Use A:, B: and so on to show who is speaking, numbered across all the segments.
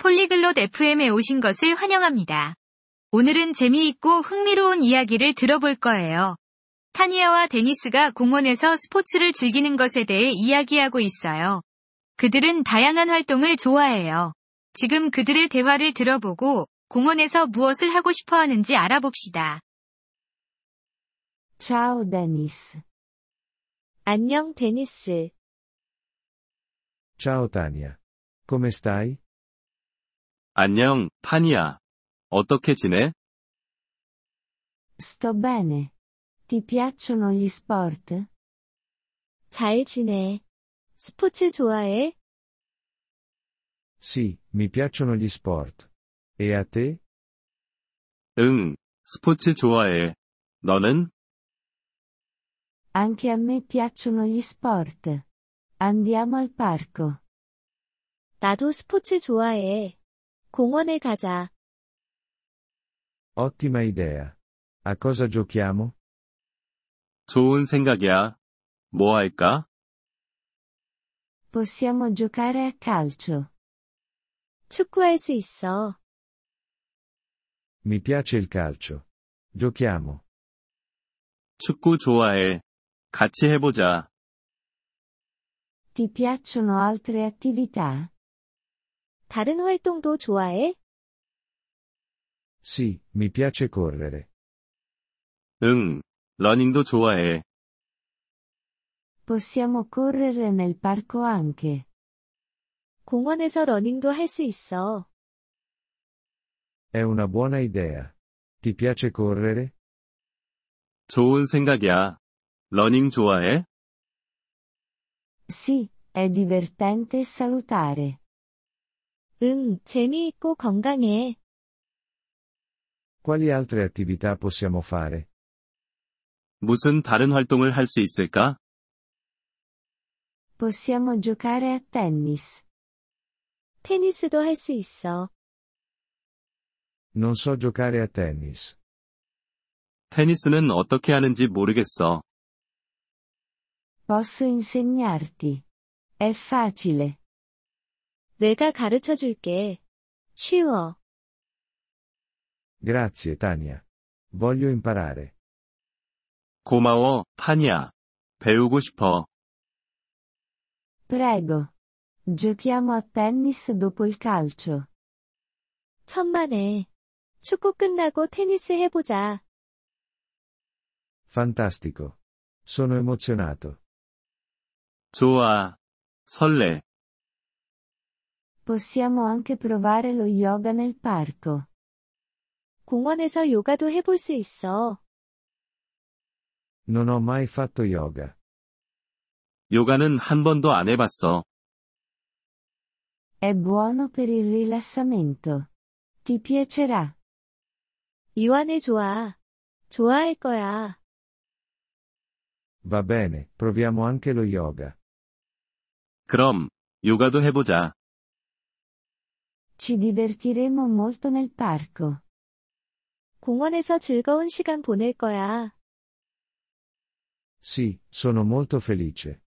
A: 폴리글롯 FM에 오신 것을 환영합니다. 오늘은 재미있고 흥미로운 이야기를 들어볼 거예요. 타니아와 데니스가 공원에서 스포츠를 즐기는 것에 대해 이야기하고 있어요. 그들은 다양한 활동을 좋아해요. 지금 그들의 대화를 들어보고 공원에서 무엇을 하고 싶어 하는지 알아봅시다.
B: Ciao Dennis. 안녕 데니스.
C: Ciao Tania. Come stai?
D: 안녕, 타니야. 어떻게 지내?
B: Sto bene. Ti piacciono gli sport? 잘 지내. 스포츠 좋아해?
C: Sì, mi piacciono gli sport. E a te?
D: 응, 스포츠 좋아해. 너는?
B: Anche a me piacciono gli sport. Andiamo al parco. 나도 스포츠 좋아해. 공원에 가자.
C: Ottima idea. A cosa giochiamo?
D: 좋은 생각이야. 뭐 할까?
B: Possiamo giocare a calcio. 축구할 수 있어.
C: Mi piace il calcio. Giochiamo.
D: 축구 좋아해. 같이 해보자.
B: Ti piacciono altre attività? 다른 활동도 좋아해?
C: Sì, mi piace correre.
D: 응, 러닝도 좋아해.
B: Possiamo correre nel parco anche. 공원에서 러닝도 할 수 있어.
C: È una buona idea. Ti piace correre?
D: 좋은 생각이야. 러닝 좋아해?
B: Sì, è divertente e salutare. 응, 재미있고 건강해.
C: Quali altre attività possiamo fare?
D: 무슨 다른 활동을 할 수 있을까?
B: Possiamo giocare a tennis. 테니스도 할 수 있어.
C: Non so giocare a tennis.
D: 테니스는 어떻게 하는지 모르겠어.
B: Posso insegnarti. È facile. 내가 가르쳐 줄게. 쉬워.
C: Grazie Tania. Voglio imparare.
D: 고마워, 타니야. 배우고 싶어.
B: Prego. Giochiamo a tennis dopo il calcio. 천만에. 축구 끝나고 테니스 해보자.
C: Fantastico. Sono emozionato.
D: 좋아. 설레.
B: Possiamo anche provare lo yoga nel parco. 공원에서 요가도 해볼 수 있어.
C: Non ho mai fatto yoga.
D: 요가는 한 번도 안 해봤어.
B: È buono per il rilassamento. Ti piacerà. 이완에 좋아. 좋아할 거야.
C: Va bene, proviamo anche lo yoga.
D: 그럼, 요가도 해보자.
B: Ci divertiremo molto nel parco. 공원에서 즐거운 시간 보낼 거야.
C: Sì, sono molto felice.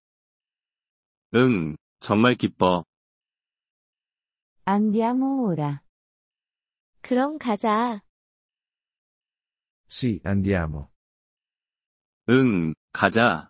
D: 응, 정말 기뻐.
B: Andiamo ora. 그럼 가자.
C: Sì, andiamo.
D: 응, 가자.